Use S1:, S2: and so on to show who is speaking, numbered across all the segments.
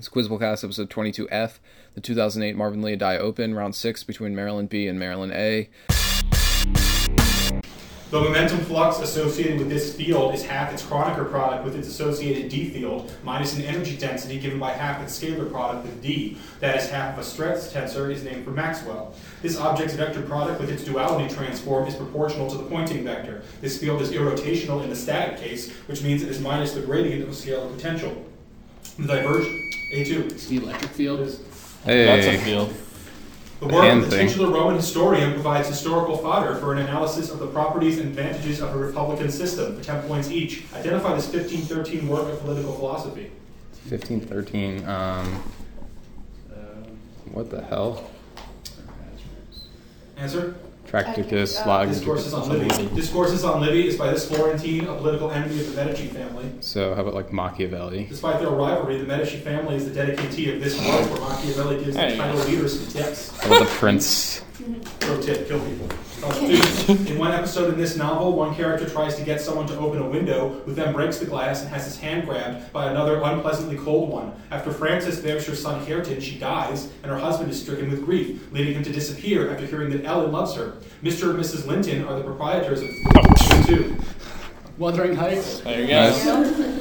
S1: Quizblecast episode 22F, the 2008 Marvin Leodie Open, round six between Maryland B and Maryland A.
S2: The momentum flux associated with this field is half its Kronecker product with its associated D field minus an energy density given by half its scalar product with D. That is half of a stress tensor is named for Maxwell. This object's vector product with its duality transform is proportional to the pointing vector. This field is irrotational in the static case, which means it is minus the gradient of scalar potential. The divergence A2.
S3: The electric field is.
S4: That's a field.
S2: The work
S1: Hand
S2: of the
S1: thing.
S2: titular Roman historian provides historical fodder for an analysis of the properties and advantages of a republican system for 10 points each. Identify this 1513 work of political philosophy.
S4: 1513. Um, what the hell?
S2: Answer?
S4: Tracticus,
S5: uh,
S4: Logicus.
S2: Discourses on Livy. Discourses on Livy is by this Florentine, a political enemy of the Medici family.
S4: So how about like Machiavelli?
S2: Despite their rivalry, the Medici family is the dedicatee of this work where Machiavelli gives the
S4: Hey.
S2: title leaders to depths.
S4: How about the Prince?
S2: Pro tip, kill people. Uh, students, in one episode in this novel, one character tries to get someone to open a window, who then breaks the glass and has his hand grabbed by another unpleasantly cold one. After Frances bears her son Hareton, she dies, and her husband is stricken with grief, leading him to disappear after hearing that Ellen loves her. Mr. and Mrs. Linton are the proprietors of two.
S3: Wuthering Heights.
S4: There you go.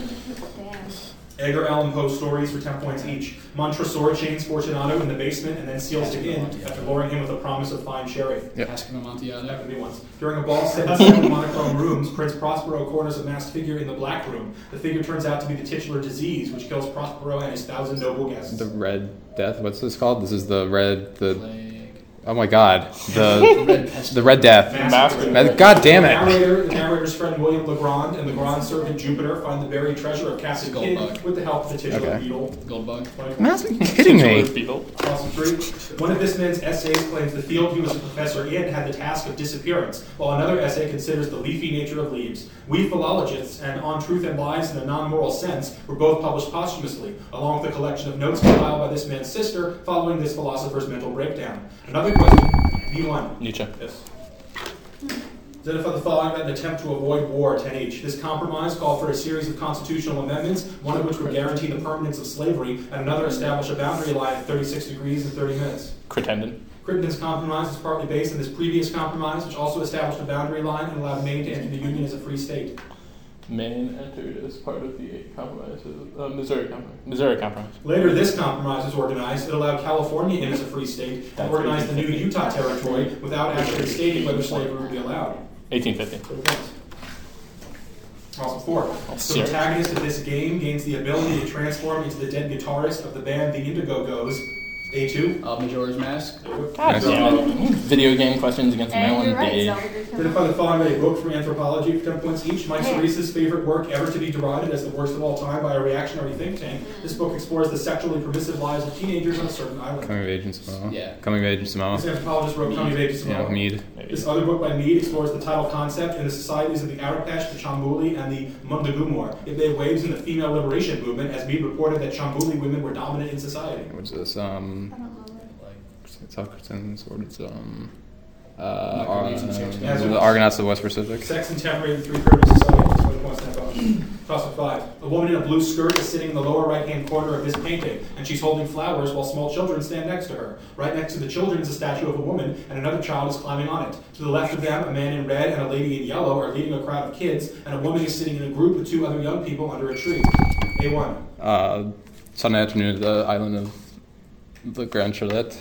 S2: Edgar Allan Poe stories for 10 points each. Montresor chains Fortunato in the basement and then seals him in after luring him with a promise of fine sherry.
S1: Yep.
S3: Pascal Amontillado.
S2: happened to me once. During a ball set in seven monochrome rooms, Prince Prospero corners a masked figure in the black room. The figure turns out to be the titular disease, which kills Prospero and his thousand noble guests.
S4: The Red Death. What's this called? This is the Red. The
S3: Plague.
S4: oh my God. The
S3: Red Pest.
S4: the Red Death.
S2: Massacre.
S4: God damn
S2: The
S4: it.
S2: narrator, the narrator's friend William Legrand and Legrand's servant Jupiter find the buried treasure of Cassie Kidd
S3: Goldbug.
S2: with the help of the titular
S4: Okay.
S2: beetle.
S3: Gold bug.
S4: You must be kidding me.
S2: Awesome three. One of this man's essays claims the field he was a professor in had the task of disappearance, while another essay considers the leafy nature of leaves. We philologists and On Truth and Lies in a Non-Moral Sense were both published posthumously, along with a collection of notes compiled by this man's sister following this philosopher's mental breakdown. Another question, V1.
S4: Nietzsche.
S2: Yes. Identify the following in an attempt to avoid war, 10H. This compromise called for a series of constitutional amendments, one of which would guarantee the permanence of slavery, and another establish a boundary line at 36 degrees and 30 minutes.
S4: Cretendon.
S2: Crittenden's compromise is partly based on this previous compromise, which also established a boundary line and allowed Maine to enter the Union as a free state.
S4: Maine entered as part of the eight compromises. Uh, Missouri compromise. Missouri compromise.
S2: Later, this compromise was organized. It allowed California in as a free state and organized the new Utah territory without actually stating whether slavery would be allowed.
S4: 1850.
S2: Awesome. Four. The
S4: serious.
S2: protagonist of this game gains the ability to transform into the dead guitarist of the band The Indigo Goes. A2.
S3: Uh, Majora's Mask.
S4: God damn it. Video game questions against
S5: And
S4: Maryland
S5: you're right,
S4: Dave.
S5: Zelda did come
S2: Identify the following a book from anthropology for 10 points each. Mike
S5: Yeah.
S2: Cerise's favorite work ever to be derided as the worst of all time by a reactionary think tank. This book explores the sexually permissive lives of teenagers on a certain island.
S4: Coming of Age in Samoa.
S3: Yeah.
S4: Coming of Age in
S2: This
S4: Samoa.
S2: anthropologist wrote Coming of Age is
S4: Yeah.
S2: Tomorrow.
S4: Mead.
S2: This other book by Mead explores the title concept in the societies of the Arapesh, the Chambuli, and the Mundagumor. It made waves in the female liberation movement as Mead reported that Chambuli women were dominant in society.
S4: What's this? Um.
S5: I don't know.
S4: Socrates. What is um. Uh,
S3: Argonauts and
S4: Ar-
S3: Socrates.
S4: the Argonauts of West Pacific.
S2: Sex and temporary three pyramid society. That's what it wants to have up. Topic five. A woman in a blue skirt is sitting in the lower right hand corner of this painting, and she's holding flowers while small children stand next to her. Right next to the children is a statue of a woman, and another child is climbing on it. To the left of them, a man in red and a lady in yellow are leading a crowd of kids, and a woman is sitting in a group with two other young people under a tree. A1.
S4: Uh, Sunday afternoon, the island of the Grand Charlotte.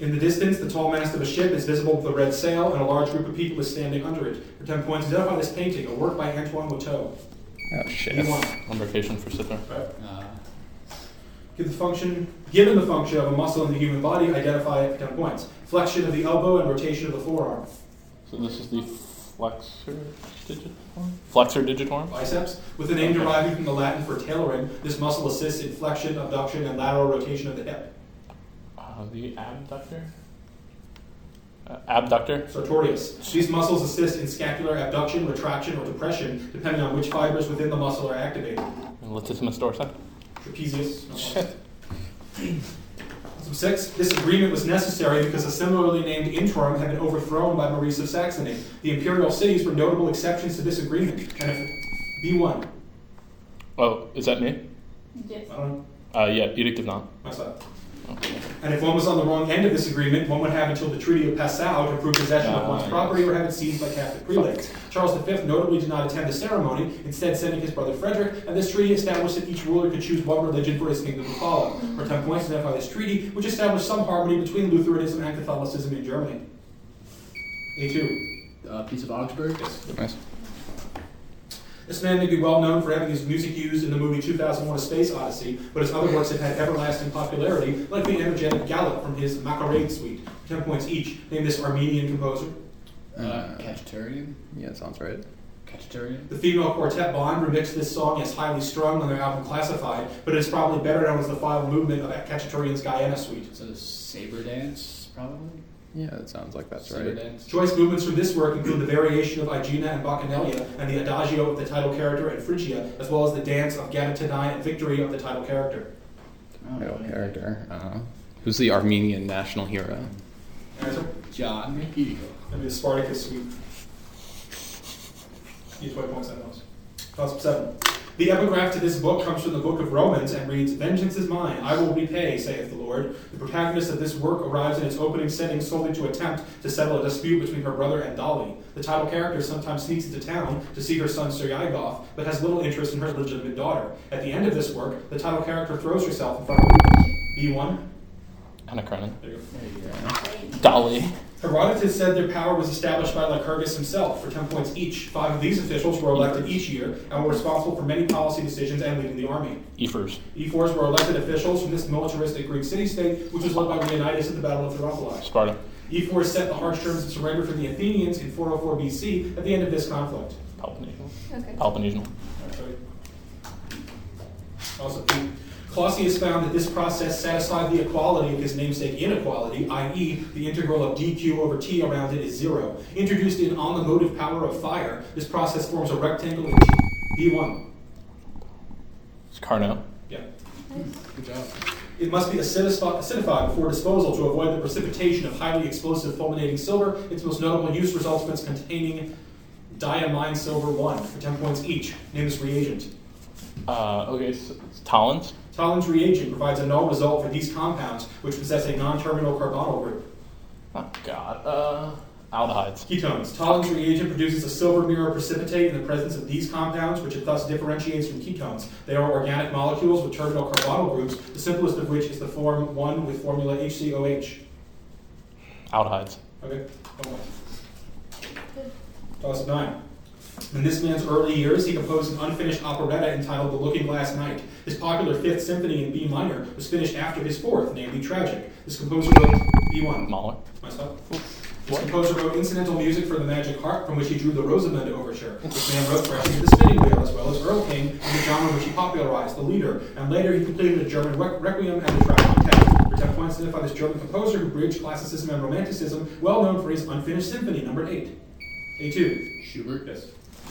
S2: In the distance, the tall mast of a ship is visible with a red sail, and a large group of people is standing under it. For 10 points, identify this painting, a work by Antoine Watteau.
S4: Oh shit.
S2: A1.
S4: On vacation for Sipper.
S3: Uh,
S2: Give the function, given the function of a muscle in the human body, identify it for 10 points. Flexion of the elbow and rotation of the forearm.
S4: So this is the flexor digitorum. Flexor digitorum.
S2: Biceps. With a name deriving from the Latin for tailoring, this muscle assists in flexion, abduction, and lateral rotation of the hip.
S4: Uh, the abductor. Uh, abductor.
S2: Sartorius. These muscles assist in scapular abduction, retraction, or depression, depending on which fibers within the muscle are activated.
S4: And latissimus dorsi.
S2: Trapezius. Some six. This agreement was necessary because a similarly named interim had been overthrown by Maurice of Saxony. The imperial cities were notable exceptions to this agreement. And if B1,
S4: Oh, is that me?
S5: Yes.
S2: I don't know.
S4: Uh, yeah, Edict of Nantes.
S2: That's it.
S4: Okay.
S2: And if one was on the wrong end of this agreement, one would have until the Treaty of Passau to prove possession of
S4: Ah,
S2: one's
S4: yes.
S2: property or have it seized by Catholic prelates. Charles V notably did not attend the ceremony, instead sending his brother Frederick, and this treaty established that each ruler could choose one religion for his kingdom to follow. For ten points identify this treaty, which established some harmony between Lutheranism and Catholicism in Germany. A2.
S3: Uh, Peace of Augsburg.
S1: Nice.
S2: This man may be well known for having his music used in the movie 2001: A Space Odyssey, but his other works have had everlasting popularity, like the energetic gallop from his Macarade Suite. Ten points each. Name this Armenian composer.
S3: Uh,
S1: Uh,
S3: Cataturian.
S1: yeah, that sounds right.
S3: Cataturian.
S2: The female quartet Bond remixed this song as highly strung on their album Classified, but it's probably better known as the final movement of Kachaturian's Guyana Suite.
S3: So saber dance, probably.
S1: Yeah, that sounds like that's
S3: saber
S1: right.
S3: dance.
S2: Choice movements from this work include the variation of Igina and Bacchanalia and the adagio of the title character and Phrygia, as well as the dance of Gadatanai and Victory of the title character.
S3: I
S1: Title
S3: don't know.
S1: character. Uh, who's the Armenian national hero?
S2: Answer?
S3: John McGee.
S2: That'd be the Spartacus suite. Use white points on those. Concept seven. The epigraph to this book comes from the book of Romans and reads, Vengeance is mine, I will repay, saith the Lord. The protagonist of this work arrives in its opening setting solely to attempt to settle a dispute between her brother and Dolly. The title character sometimes sneaks into town to see her son Suryagoth, but has little interest in her legitimate daughter. At the end of this work, the title character throws herself in front of her. B1.
S4: Anna Karenina.
S2: There you go.
S3: There you go.
S4: Dolly.
S2: Herodotus said their power was established by Lycurgus himself for 10 points each. Five of these officials were elected each year and were responsible for many policy decisions and leading the army.
S4: Ephors.
S2: Ephors were elected officials from this militaristic Greek city state, which was led by Leonidas at the Battle of Thermopylae.
S4: Sparta.
S2: Ephors set the harsh terms of surrender for the Athenians in 404 BC at the end of this conflict.
S4: Peloponnesian.
S5: Okay.
S2: Oh.
S4: Peloponnesian.
S2: Actually. Also, Clausius found that this process satisfied the equality of his namesake inequality, i.e., the integral of dq over t around it is zero. Introduced in on the motive power of fire, this process forms a rectangle in t, d1.
S4: It's Carnot.
S2: Yeah.
S3: Good job.
S2: It must be acidifi- acidified before disposal to avoid the precipitation of highly explosive fulminating silver. Its most notable use results from its containing diamine silver 1 for 10 points each. Name this reagent.
S4: Uh, okay, so it's Tollens.
S2: Tollens reagent provides a null result for these compounds, which possess a non-terminal carbonyl group.
S4: Oh, God. Uh, aldehydes.
S2: Ketones. Tollens reagent produces a silver mirror precipitate in the presence of these compounds, which it thus differentiates from ketones. They are organic molecules with terminal carbonyl groups, the simplest of which is the form 1 with formula HCOH.
S4: Aldehydes.
S2: Okay. Toss nine. In this man's early years, he composed an unfinished operetta entitled The Looking Glass Knight. His popular Fifth Symphony in B minor was finished after his fourth, namely Tragic. This composer wrote B1.
S4: Mahler.
S2: Myself. This composer wrote incidental music for the Magic Harp, from which he drew the Rosamund Overture. This man wrote Fresh into the Spinning Wheel, as well as Earl King, in the genre which he popularized, The Leader, and later he completed a German re- Requiem and a Traveling Test, which I points identify this German composer who bridged classicism and romanticism, well known for his unfinished symphony, number 8. A2.
S3: Schubert.
S2: Yes.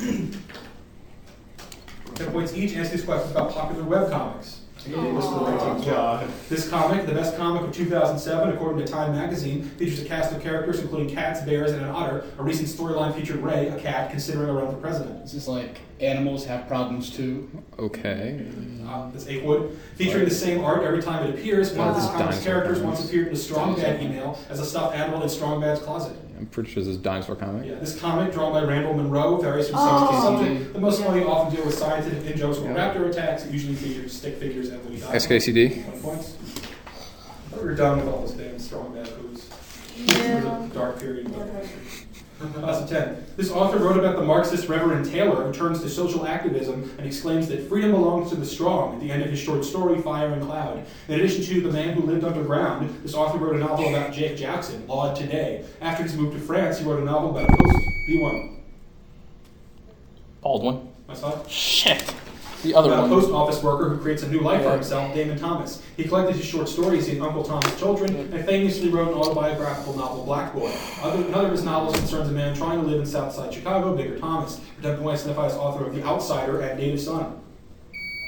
S2: Ten points each. Answer these questions about popular web comics. This comic, the best comic of 2007, according to Time magazine, features a cast of characters including cats, bears, and an otter. A recent storyline featured Ray, a cat, considering a run for president.
S3: Is this like animals have problems too?
S1: Okay.
S2: Uh, that's Akewood. Featuring the same art every time it appears, one of this
S1: Wow.
S2: comic's characters once appeared in a Strong
S3: Dinosaur
S2: Bad email as a stuffed animal in Strong Bad's closet.
S1: I'm pretty sure this is a dinosaur comic.
S2: Yeah, this comic, drawn by Randall Monroe, varies from subject to
S5: Oh.
S2: subject. The most
S5: Yeah.
S2: funny often deal with scientific in jokes or
S1: Yeah.
S2: raptor attacks. It usually features stick figures and Louis Vuitton.
S1: SKCD.
S2: One point. I thought we were done with all those damn strong bad foods. It
S5: Yeah.
S2: was a dark period. in our history. Class of 10. This author wrote about the Marxist Reverend Taylor, who turns to social activism and exclaims that freedom belongs to the strong at the end of his short story, Fire and Cloud. In addition to The Man Who Lived Underground, this author wrote a novel about Jake Jackson, Laud Today. After his move to France, he wrote a novel about Post B1.
S4: Baldwin.
S2: Myself?
S4: Shit. The other
S2: about a
S4: one.
S2: post office worker who creates a new life for
S4: Yeah.
S2: himself, Damon Thomas. He collected his short stories in Uncle Tom's Children and famously wrote an autobiographical novel, Black Boy. Other, another of his novels concerns a man trying to live in Southside Chicago, Bigger Thomas, Redemption White identifies author of The Outsider and Native Son.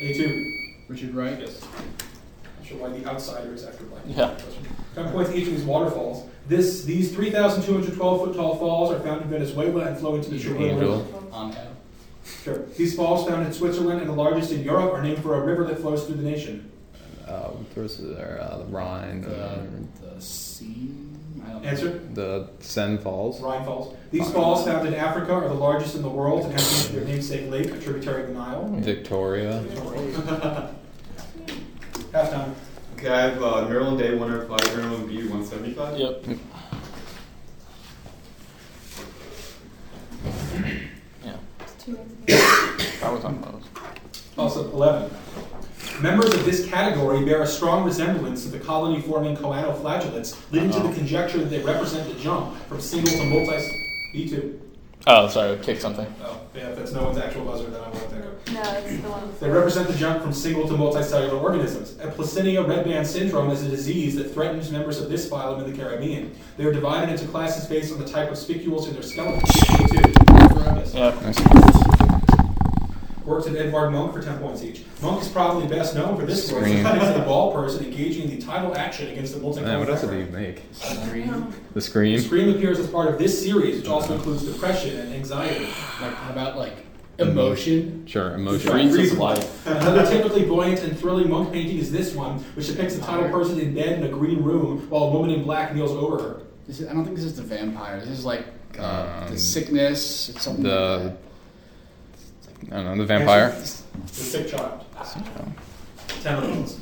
S2: A2.
S3: Richard Wright.
S2: Yes. Not sure why The Outsider is after Black Boy.
S4: Yeah.
S2: Ten points each of these waterfalls. This, these 3,212 foot tall falls are found in Venezuela and flow into the
S3: Angel.
S2: Chilean River.
S3: Angel.
S2: Sure. These falls found in Switzerland and the largest in Europe are named for a river that flows through the nation.
S1: Uh, uh, what rivers are there? Uh, the Rhine,
S3: The,
S1: um,
S3: the sea. I don't
S2: Answer.
S1: the Seine Falls.
S2: Rhine Falls. These falls, found in Africa, are the largest in the world and have named their namesake lake, a tributary of the Nile.
S1: Victoria.
S2: Halftime.
S5: Okay, I have uh, Maryland A 105, Maryland B 175.
S4: Yep. yeah,
S6: It's two minutes.
S4: I was on those.
S2: Also, 11. Members of this category bear a strong resemblance to the colony forming coanoflagellates, leading to the conjecture that they represent the jump from single to multi. B2.
S4: Oh, sorry, kick something.
S2: Oh, yeah, if that's no one's actual buzzer, then I won't think of.
S6: No, it's the one.
S2: They represent the jump from single to multicellular organisms. A Placinia red band syndrome is a disease that threatens members of this phylum in the Caribbean. They are divided into classes based on the type of spicules in their skeleton. B2. Yes.
S4: Yep.
S2: Works at Edvard Monk for 10 points each. Monk is probably best known for this work. He's
S1: Scream.
S2: a ball person engaging in the title action against the multicolor.
S1: Man, what else did you make?
S3: Screen.
S6: Um,
S1: The screen.
S2: Scream appears as part of this series, which also includes depression and anxiety.
S3: Like how about like emotion?
S1: Sure,
S4: Screen.
S1: emotion.
S4: Freeze
S2: Freeze
S4: is
S2: life. Another typically buoyant and thrilling monk painting is this one, which depicts a title person in bed in a green room while a woman in black kneels over her.
S3: This is, I don't think this is the vampire. This is like uh,
S1: Um,
S3: the sickness. It's something
S1: the-
S3: the,
S1: I don't know, the vampire.
S2: The sick child. Ten of those.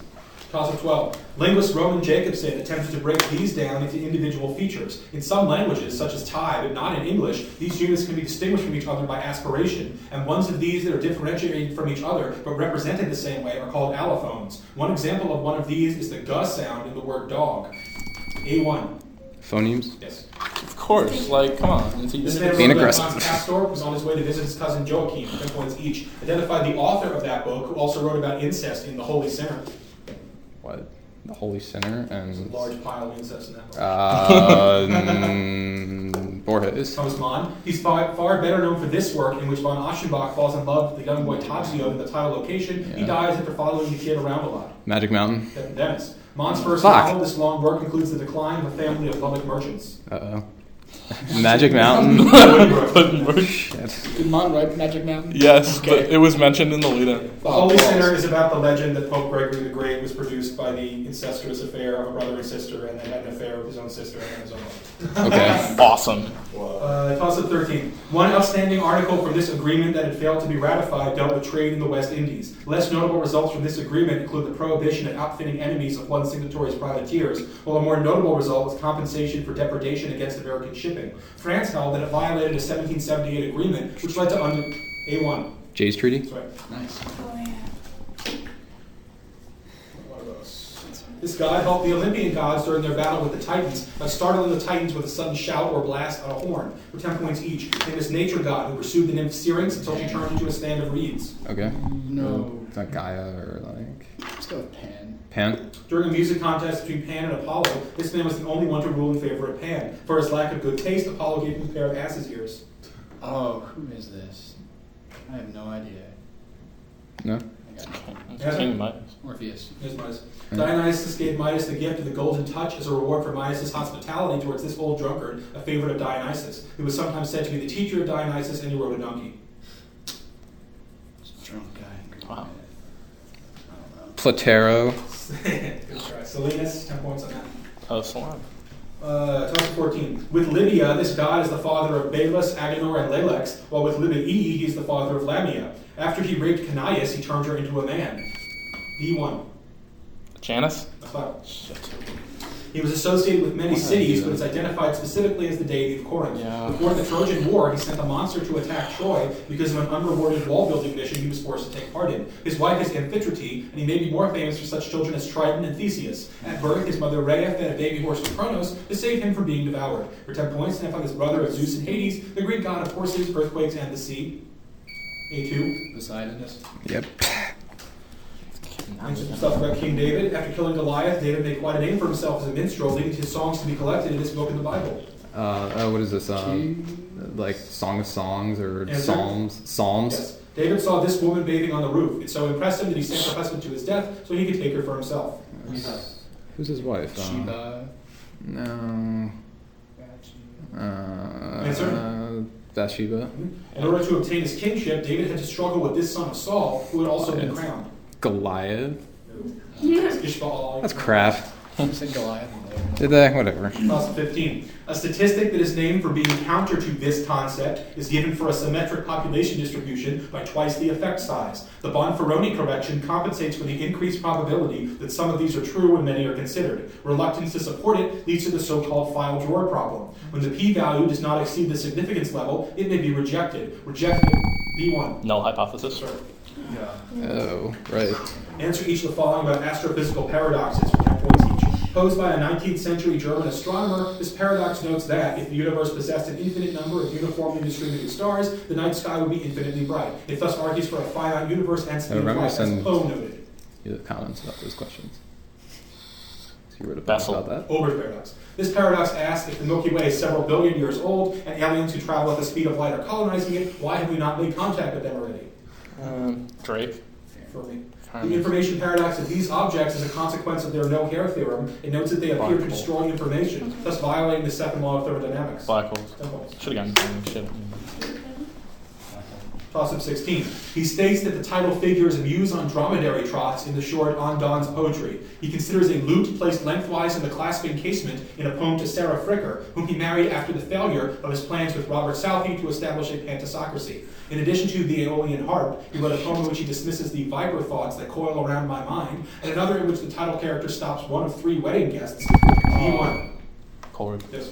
S2: Cost of 12. Linguist Roman Jacobson attempted to break these down into individual features. In some languages, such as Thai, but not in English, these units can be distinguished from each other by aspiration, and ones of these that are differentiated from each other but represented the same way are called allophones. One example of one of these is the g sound in the word dog. A1.
S1: Phonemes.
S2: Yes.
S4: Of course, like, come on.
S2: This
S4: It's easy
S2: man
S4: to-
S1: Being
S2: wrote that
S1: aggressive.
S2: Hans Castor was on his way to visit his cousin Joachim, 10 points each. Identified the author of that book, who also wrote about incest in The Holy Sinner.
S1: What? The Holy Sinner and.
S2: large pile of incest in that book.
S1: Uh, mm, Borges.
S2: Thomas Mann. He's far, far better known for this work in which von Aschenbach falls in love with the young boy Tadzio in the title location. He
S1: Yeah.
S2: dies after following the kid around a lot.
S1: Magic Mountain.
S2: Kevin Dennis. Mann's first
S1: Fuck.
S2: novel, this long work includes the decline of a family of public merchants.
S1: Uh oh. Magic Mountain. Shit.
S3: Did Mon write Magic Oh, Mountain?
S4: yes, but it was mentioned in the lead up.
S2: The Holy Sinner is about the legend that Pope Gregory the Great was produced by the incestuous affair of a brother and sister, and then had an affair with his own sister and then his own wife.
S1: Okay.
S4: Awesome.
S2: Uh, toss up 13. One outstanding article from this agreement that had failed to be ratified dealt with trade in the West Indies. Less notable results from this agreement include the prohibition of outfitting enemies of one signatory's privateers, while a more notable result was compensation for depredation against American shipping. France held that it violated a 1778 agreement, which led to under. A1.
S1: Jay's Treaty.
S2: That's right.
S3: Nice.
S6: Oh, yeah.
S2: This god helped the Olympian gods during their battle with the Titans by startling the Titans with a sudden shout or blast on a horn for 10 points each. And this nature god who pursued the nymph Syrinx until she turned into a stand of reeds.
S1: Okay.
S3: No.
S1: It's not Gaia or like.
S3: Let's go with Pan.
S1: Pan.
S2: During a music contest between Pan and Apollo, this man was the only one to rule in favor of Pan. For his lack of good taste, Apollo gave him a pair of ass's ears.
S3: Oh, who is this? I have no idea.
S1: No.
S3: I got it.
S4: King Midas.
S3: Morpheus.
S2: Here's Midas. Dionysus gave Midas the gift of the golden touch as a reward for Midas' hospitality towards this old drunkard, a favorite of Dionysus, who was sometimes said to be the teacher of Dionysus and he rode a donkey.
S3: Drunk guy.
S4: Wow.
S3: I don't know.
S1: Platero.
S2: Good try. Salinas, 10 points on that.
S4: Oh, slime.
S2: Uh, Topic 14. With Libya, this god is the father of Baelus, Agenor, and Lelex, while with Libya E, he is the father of Lamia. After he raped Canias, he turned her into a man. B1.
S4: Janice?
S2: That's fine.
S4: Shit.
S2: He was associated with many
S4: What did I
S2: cities,
S4: do?
S2: but is identified specifically as the deity of Corinth.
S4: Yeah.
S2: Before the Trojan War, he sent a monster to attack Troy because of an unrewarded wall building mission he was forced to take part in. His wife is Amphitrite, and he may be more famous for such children as Triton and Theseus. At birth, his mother Rhea fed a baby horse to Cronos to save him from being devoured. For 10 points, identify this brother of Zeus and Hades, the Greek god of horses, earthquakes, and the sea. A2.
S3: Poseidon.
S1: Yep.
S2: And some stuff about King David. After killing Goliath, David made quite a name for himself as a minstrel, leading to his songs to be collected in this book in the Bible.
S1: Uh, oh, what is this? Um,
S3: King.
S1: like Song of Songs or
S2: Answer.
S1: Psalms? Psalms.
S2: Yes. David saw this woman bathing on the roof. It so impressed him that he sent her husband to his death so he could take her for himself.
S1: Who's his wife? Um,
S3: Sheba.
S1: No. Uh,
S2: Answer.
S1: uh, Bathsheba.
S2: In order to obtain his kingship, David had to struggle with this son of Saul, who had also been
S1: Yes.
S2: crowned.
S1: Goliath.
S2: It's Ishbaal.
S1: That's crap.
S3: You said Goliath.
S1: Did that? Whatever.
S2: Clause 15. A statistic that is named for being counter to this concept is given for a symmetric population distribution by twice the effect size. The Bonferroni correction compensates for the increased probability that some of these are true when many are considered. Reluctance to support it leads to the so called file drawer problem. When the p value does not exceed the significance level, it may be rejected. Rejected B1.
S4: Null hypothesis.
S2: Sir. Yeah.
S1: Oh, right.
S2: Answer each of the following about astrophysical paradoxes, which I voice each. Posed by a 19th century German astronomer, this paradox notes that if the universe possessed an infinite number of uniformly distributed stars, the night sky would be infinitely bright. It thus argues for a finite universe, hence
S1: I
S2: the
S1: remember
S2: implied as
S1: some-
S2: Poe noted.
S1: You have comments about those questions. So you wrote a
S4: Basil.
S1: about that.
S2: Olber's paradox. This paradox asks if the Milky Way is several billion years old and aliens who travel at the speed of light are colonizing it, why have we not made contact with them already?
S4: Um, Drake.
S2: Fermi. The
S4: Fermi.
S2: information paradox of these objects is a consequence of their no-hair theorem. It notes that they appear to
S4: Black hole.
S2: destroy information, thus violating the second law of thermodynamics.
S4: Black holes.
S2: Simple.
S4: Should have gotten shit.
S2: Toss up 16. He states that the title figure is a muse on dromedary trots in the short On Dawn's poetry. He considers a lute placed lengthwise in the clasping casement in a poem to Sarah Fricker, whom he married after the failure of his plans with Robert Southey to establish a pantisocracy. In addition to the Aeolian harp, he wrote a poem in which he dismisses the viper thoughts that coil around my mind, and another in which the title character stops one of three wedding guests. E1.
S4: Cold.
S2: Yes.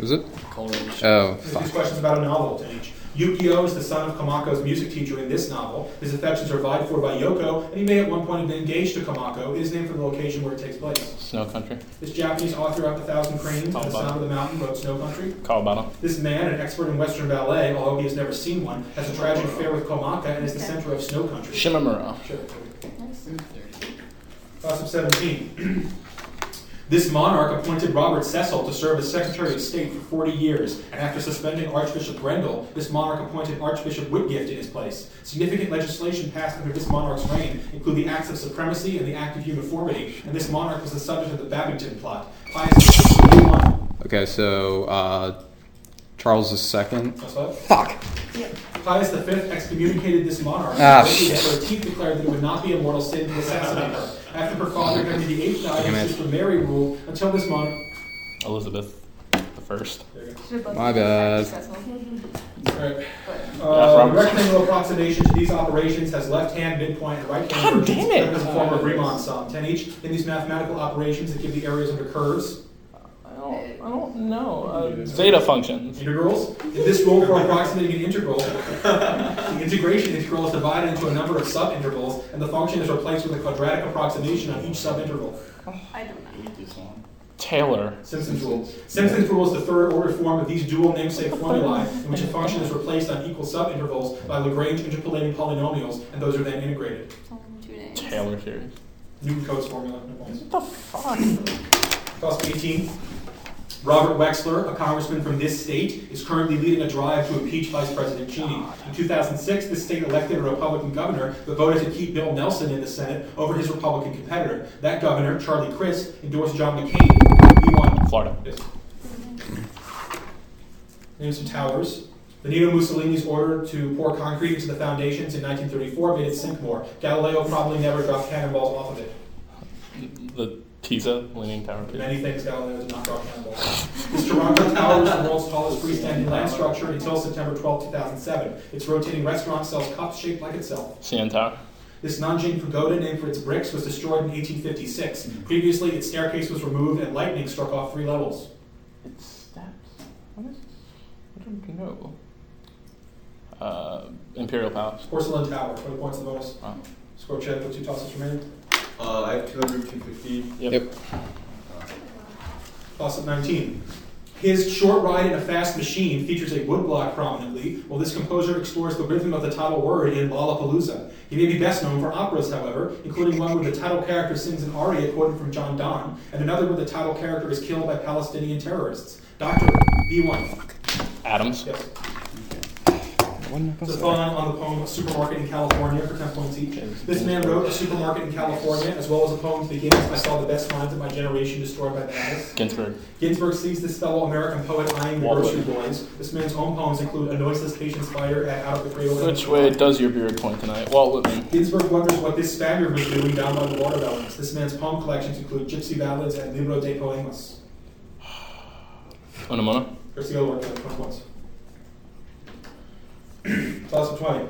S1: Was it?
S3: Coleridge.
S1: Oh,
S2: There's these
S1: fuck.
S2: questions about a novel to each. Yukio is the son of Kamako's music teacher in this novel. His affections are vied for by Yoko, and he may at one point have been engaged to Kamako. It is named for the location where it takes place.
S4: Snow country.
S2: This Japanese author out the Thousand Cranes, The Sound of the Mountain, wrote Snow Country.
S4: Colorado.
S2: This man, an expert in Western ballet, although he has never seen one, has a tragic affair with Komaka and is the center of Snow Country.
S4: Shimamura.
S2: Sure. Class of 17. This monarch appointed Robert Cecil to serve as Secretary of State for 40 years, and after suspending Archbishop Rendell, this monarch appointed Archbishop Whitgift in his place. Significant legislation passed under this monarch's reign include the Acts of Supremacy and the Act of Uniformity, and this monarch was the subject of the Babington Plot. Pius
S1: Okay, so uh, Charles II.
S2: That's what?
S1: Fuck.
S2: Pius V excommunicated this monarch.
S1: Ah,
S2: and
S1: shit.
S2: Elizabeth XIII declared that it would not be a mortal sin to assassinate her. After her father Henry VIII died,
S1: Damn it.
S2: his sister Mary ruled until this monarch.
S4: Elizabeth the first.
S2: There you
S1: My bad.
S2: go. All right.
S4: Yeah,
S2: Uh,
S4: Robert.
S2: rectangle approximation to these operations has left hand, midpoint, and right hand
S4: God
S2: versions.
S4: damn it.
S2: As a form of Riemann sum, ten each. In these mathematical operations that give the areas under curves,
S4: I don't, I don't know. Uh, zeta functions.
S2: integrals. In this rule for approximating an integral, the integration integral is divided into a number of subintervals, and the function is replaced with a quadratic approximation on each subinterval.
S6: I don't know.
S3: This one.
S4: Taylor.
S2: Simpson's rule. Simpson's rule is the third order form of these dual namesake formulae in which a function is replaced on equal subintervals by Lagrange interpolating polynomials, and those are then integrated.
S6: Two names.
S4: Taylor series.
S2: Newton Cotes formula. no points.
S4: What the fuck?
S2: Clause 18. Robert Wexler, a congressman from this state, is currently leading a drive to impeach Vice President Cheney. In 2006, the state elected a Republican governor but voted to keep Bill Nelson in the Senate over his Republican competitor. That governor, Charlie Crist, endorsed John McCain. He won.
S4: Florida.
S2: Yes. Name some towers. Benito Mussolini's order to pour concrete into the foundations in 1934 made it sink more. Galileo probably never dropped cannonballs off of it.
S4: The Pisa Leaning Tower.
S2: But Many things Galileo did not draw Campbell. This Toronto Tower is the world's tallest freestanding land structure until September 12, 2007. Its rotating restaurant sells cups shaped like itself.
S4: CN Tower.
S2: This Nanjing pagoda, named for its bricks, was destroyed in 1856. Previously, its staircase was removed and lightning struck off three levels.
S4: It's steps. What is? I don't know. Uh, Imperial Palace.
S2: Porcelain Tower, 20 points the bonus.
S4: Wow.
S2: Score check with two tosses remaining.
S5: Uh, I have 200, 250.
S1: Yep.
S2: Toss up 19. His short ride in a fast machine features a woodblock prominently, while this composer explores the rhythm of the title word in Lollapalooza. He may be best known for operas, however, including one where the title character sings an aria quoted from John Donne, and another where the title character is killed by Palestinian terrorists. Doctor, B1.
S4: Adams.
S2: Yes.
S4: What did I go
S2: This is
S4: for?
S2: following on the poem A Supermarket in California for 10 poems each. This man wrote A Supermarket in California, as well as a poem to begin with I saw the best minds of my generation destroyed by madness.
S4: Ginsburg.
S2: Ginsberg sees this fellow American poet eyeing the
S4: Waldo.
S2: grocery boys. This man's own poems include A Noiseless Patient Spider and Out of the Cradle.
S4: Which way does your beard point tonight? Walt Whitman.
S2: Ginsberg wonders what this Spaniard was doing down by the water valleys. This man's poem collections include Gypsy Ballads and Libro de Poemas.
S4: Unamuno.
S2: Here's the other one, yeah, come once. Class of 20.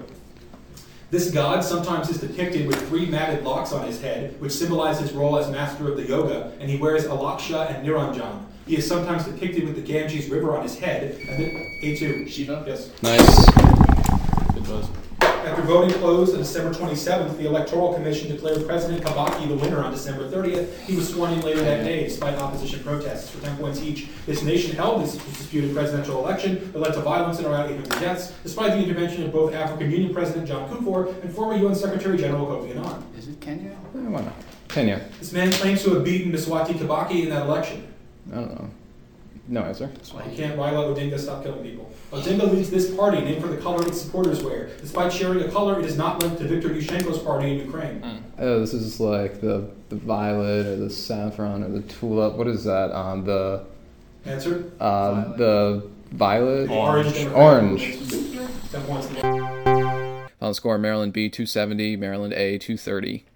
S2: This god sometimes is depicted with three matted locks on his head, which symbolize his role as master of the yoga, and he wears alaksha and niranjan. He is sometimes depicted with the Ganges River on his head, and then A2.
S4: Shiva.
S2: Yes.
S1: Nice.
S4: Good buzz.
S2: After voting closed on December 27th, the Electoral Commission declared President Kabaki the winner on December 30th. He was sworn in later that day despite opposition protests for 10 points each. This nation held this disputed presidential election that led to violence and around 800 deaths, despite the intervention of both African Union President John Kufuor and former UN Secretary General Kofi Annan.
S3: Is it Kenya?
S1: Eh, why not? Kenya.
S2: This man claims to have beaten Miswati Kabaki in that election.
S1: I don't know. No answer.
S2: You can't why let Odinga stop killing people. Odinga leads this party, named for the color its supporters wear. Despite sharing a color, it is not linked to Viktor Yushchenko's party in Ukraine.
S1: Oh, this is like the, the violet or the saffron or the tulip. What is that? Um, the
S2: Answer?
S1: uh, the violet.
S2: Orange.
S1: Orange.
S2: That one's the-
S1: Final score: Maryland B 270, Maryland A 230.